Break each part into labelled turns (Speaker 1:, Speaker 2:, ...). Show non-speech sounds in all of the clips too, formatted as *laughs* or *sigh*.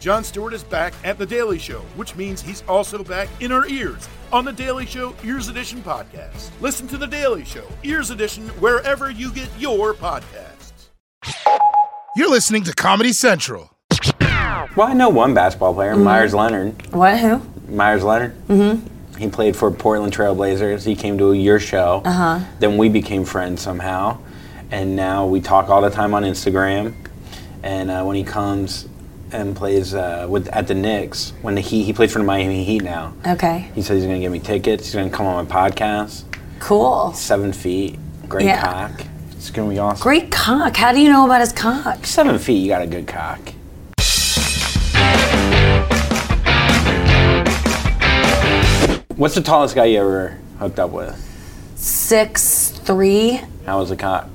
Speaker 1: Jon Stewart is back at The Daily Show, which means he's also back in our ears on The Daily Show Ears Edition podcast. Listen to The Daily Show Ears Edition wherever you get your podcasts.
Speaker 2: You're listening to Comedy Central.
Speaker 3: Well, I know one basketball player, Myers Leonard.
Speaker 4: What? Who?
Speaker 3: Myers Leonard. Mm-hmm. He played for Portland Trailblazers. He came to your show. Uh huh. Then we became friends somehow, and now we talk all the time on Instagram. And uh, when he comes and plays uh, with at the Knicks, when the Heat, he plays for the Miami Heat now.
Speaker 4: Okay.
Speaker 3: He says he's going to give me tickets. He's going to come on my podcast.
Speaker 4: Cool.
Speaker 3: Seven feet, great
Speaker 4: Yeah.
Speaker 3: cock. It's going to be awesome.
Speaker 4: Great cock. How do you know about his cock?
Speaker 3: Seven feet, you got a good cock. What's the tallest guy you ever hooked up with?
Speaker 4: Six three.
Speaker 3: How was the cock?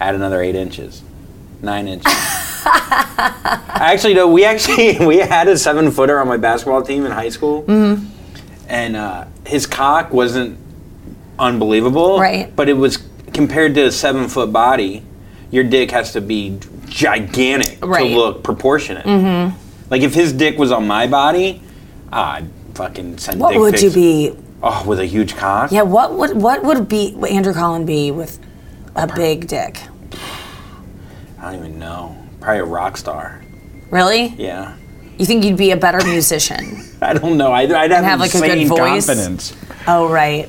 Speaker 3: Add another eight inches, nine
Speaker 4: *laughs*
Speaker 3: inches. actually, no, we actually *laughs* we had a seven footer on my basketball team in high school,
Speaker 4: Mm-hmm.
Speaker 3: and uh, his cock wasn't unbelievable,
Speaker 4: Right.
Speaker 3: But it was compared to a seven foot body, your dick has to be gigantic
Speaker 4: Right. Mm-hmm.
Speaker 3: to look proportionate. Like if his dick was on my body, I'd fucking send.
Speaker 4: What
Speaker 3: dick
Speaker 4: would
Speaker 3: pics.
Speaker 4: you be?
Speaker 3: Oh, with a huge cock.
Speaker 4: Yeah. What would what would be what Andrew Collin be with a big dick?
Speaker 3: I don't even know. Probably a rock star.
Speaker 4: Really?
Speaker 3: Yeah.
Speaker 4: You think you'd be a better musician?
Speaker 3: *laughs* I don't know. I'd, I'd have,
Speaker 4: have, like, a good
Speaker 3: insane
Speaker 4: voice.
Speaker 3: confidence.
Speaker 4: oh right.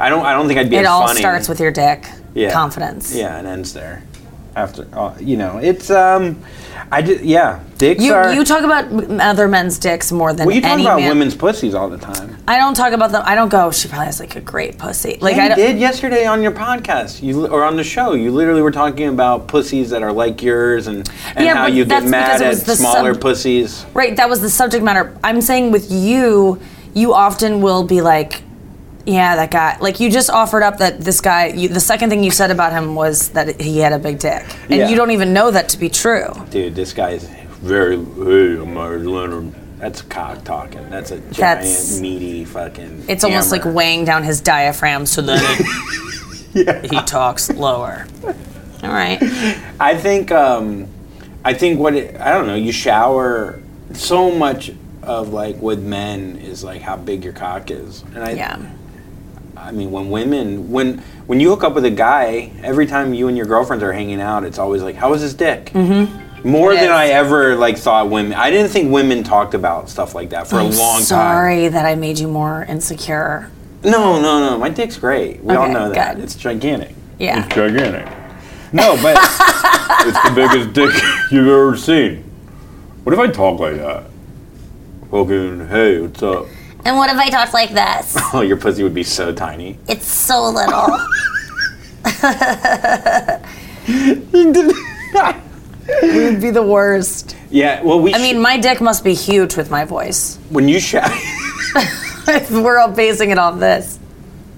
Speaker 3: I don't. I don't think I'd be.
Speaker 4: It
Speaker 3: as
Speaker 4: all
Speaker 3: funny.
Speaker 4: starts with your dick.
Speaker 3: Yeah.
Speaker 4: Confidence.
Speaker 3: Yeah, and ends there. After uh, you know, it's um, I just yeah, dicks
Speaker 4: You,
Speaker 3: are.
Speaker 4: you talk about m- other men's dicks more than
Speaker 3: well, you talk
Speaker 4: any
Speaker 3: about
Speaker 4: man.
Speaker 3: women's pussies all the time.
Speaker 4: I don't talk about them. I don't go. She probably has like a great pussy. Like
Speaker 3: Yeah,
Speaker 4: I
Speaker 3: you
Speaker 4: don't,
Speaker 3: did yesterday on your podcast, you or on the show. You literally were talking about pussies that are like yours, and, and
Speaker 4: Yeah,
Speaker 3: how
Speaker 4: but
Speaker 3: you get
Speaker 4: that's because
Speaker 3: mad
Speaker 4: it
Speaker 3: at
Speaker 4: was the
Speaker 3: smaller
Speaker 4: sub-
Speaker 3: pussies.
Speaker 4: Right, that was the subject matter. I'm saying with you, you often will be like, yeah, that guy. Like you just offered up that this guy. You, the second thing you said about him was that he had a big dick, and
Speaker 3: Yeah.
Speaker 4: you don't even know that to be true.
Speaker 3: Dude, this guy is very. Hey, I'm Myers Leonard. That's cock talking. That's a giant,
Speaker 4: That's-
Speaker 3: meaty fucking.
Speaker 4: It's almost like
Speaker 3: hammer.
Speaker 4: weighing down his diaphragm so that
Speaker 3: *laughs*
Speaker 4: it, he talks lower. All right,
Speaker 3: I think um, I think what it, I don't know. You shower so much of like with men is like how big your cock is, and I
Speaker 4: yeah,
Speaker 3: I mean when women when when you hook up with a guy, every time you and your girlfriends are hanging out, it's always like, how is his dick? Mm-hmm. More
Speaker 4: It
Speaker 3: than
Speaker 4: is.
Speaker 3: I ever like thought women. I didn't think women talked about stuff like that for a long time.
Speaker 4: sorry that I made you more insecure.
Speaker 3: No, no, no. My dick's great. We all
Speaker 4: Okay,
Speaker 3: know that.
Speaker 4: good.
Speaker 3: It's gigantic.
Speaker 4: Yeah,
Speaker 3: gigantic. No,
Speaker 4: *laughs*
Speaker 3: but it's the biggest dick *laughs* you've ever seen. What if I talk like that? Fucking, hey, what's
Speaker 4: *laughs*
Speaker 3: up?
Speaker 4: and what if I talked like this?
Speaker 3: Oh, your pussy would be so tiny.
Speaker 4: It's so *laughs* little. we would be the worst.
Speaker 3: Yeah, well, we.
Speaker 4: I mean, my dick must be huge with my voice. *laughs*
Speaker 3: when you shower,
Speaker 4: If We're all basing it off this.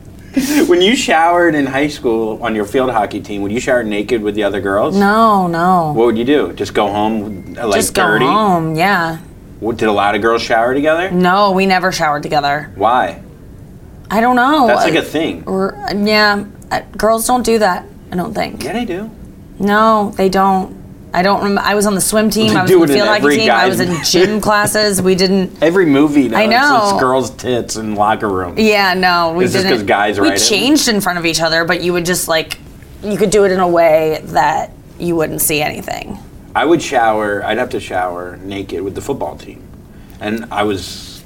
Speaker 3: *laughs* when you showered in high school on your field hockey team, would you shower naked with the other girls?
Speaker 4: No, no.
Speaker 3: What would you do? Just go home, uh, like
Speaker 4: Just go
Speaker 3: dirty?
Speaker 4: home. Yeah.
Speaker 3: What- Did a lot of girls shower together?
Speaker 4: No, we never showered together.
Speaker 3: Why?
Speaker 4: I don't know.
Speaker 3: That's like a thing.
Speaker 4: We're- yeah, uh, girls don't do that. I don't think.
Speaker 3: Yeah, they do.
Speaker 4: No, they don't. I don't. Rem- I was on the swim team.
Speaker 3: They
Speaker 4: I was
Speaker 3: do
Speaker 4: on the
Speaker 3: it in
Speaker 4: field hockey
Speaker 3: every
Speaker 4: team. I was in
Speaker 3: guy's- *laughs*
Speaker 4: gym classes. We didn't.
Speaker 3: Every movie, now,
Speaker 4: I
Speaker 3: It's,
Speaker 4: know.
Speaker 3: it's girls' tits in locker rooms.
Speaker 4: Yeah, no, we
Speaker 3: Is this
Speaker 4: didn't.
Speaker 3: 'cause guys
Speaker 4: we
Speaker 3: write it?
Speaker 4: changed in front of each other, but you would just like, you could do it in a way that you wouldn't see anything.
Speaker 3: I would shower. I'd have to shower naked with the football team, and I was,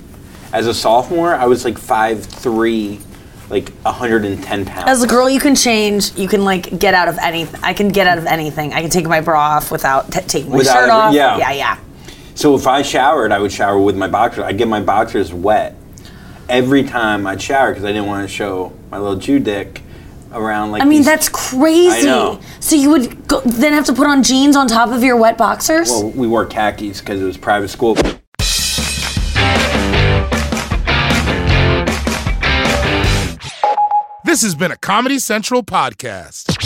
Speaker 3: as a sophomore, I was like five three, like hundred and ten pounds.
Speaker 4: As a girl, you can change. You can like get out of any. I can get out of anything. I can take my bra off without t- taking my
Speaker 3: Without
Speaker 4: shirt
Speaker 3: ever-
Speaker 4: off.
Speaker 3: yeah.
Speaker 4: yeah, yeah.
Speaker 3: so if I showered, I would shower with my boxers. I'd get my boxers wet every time I'd shower because I didn't want to show my little Jew dick around. Like
Speaker 4: I mean,
Speaker 3: these-
Speaker 4: that's crazy.
Speaker 3: I know.
Speaker 4: So you would go, then have to put on jeans on top of your wet boxers.
Speaker 3: Well, we wore khakis because it was private school.
Speaker 2: This has been a Comedy Central podcast.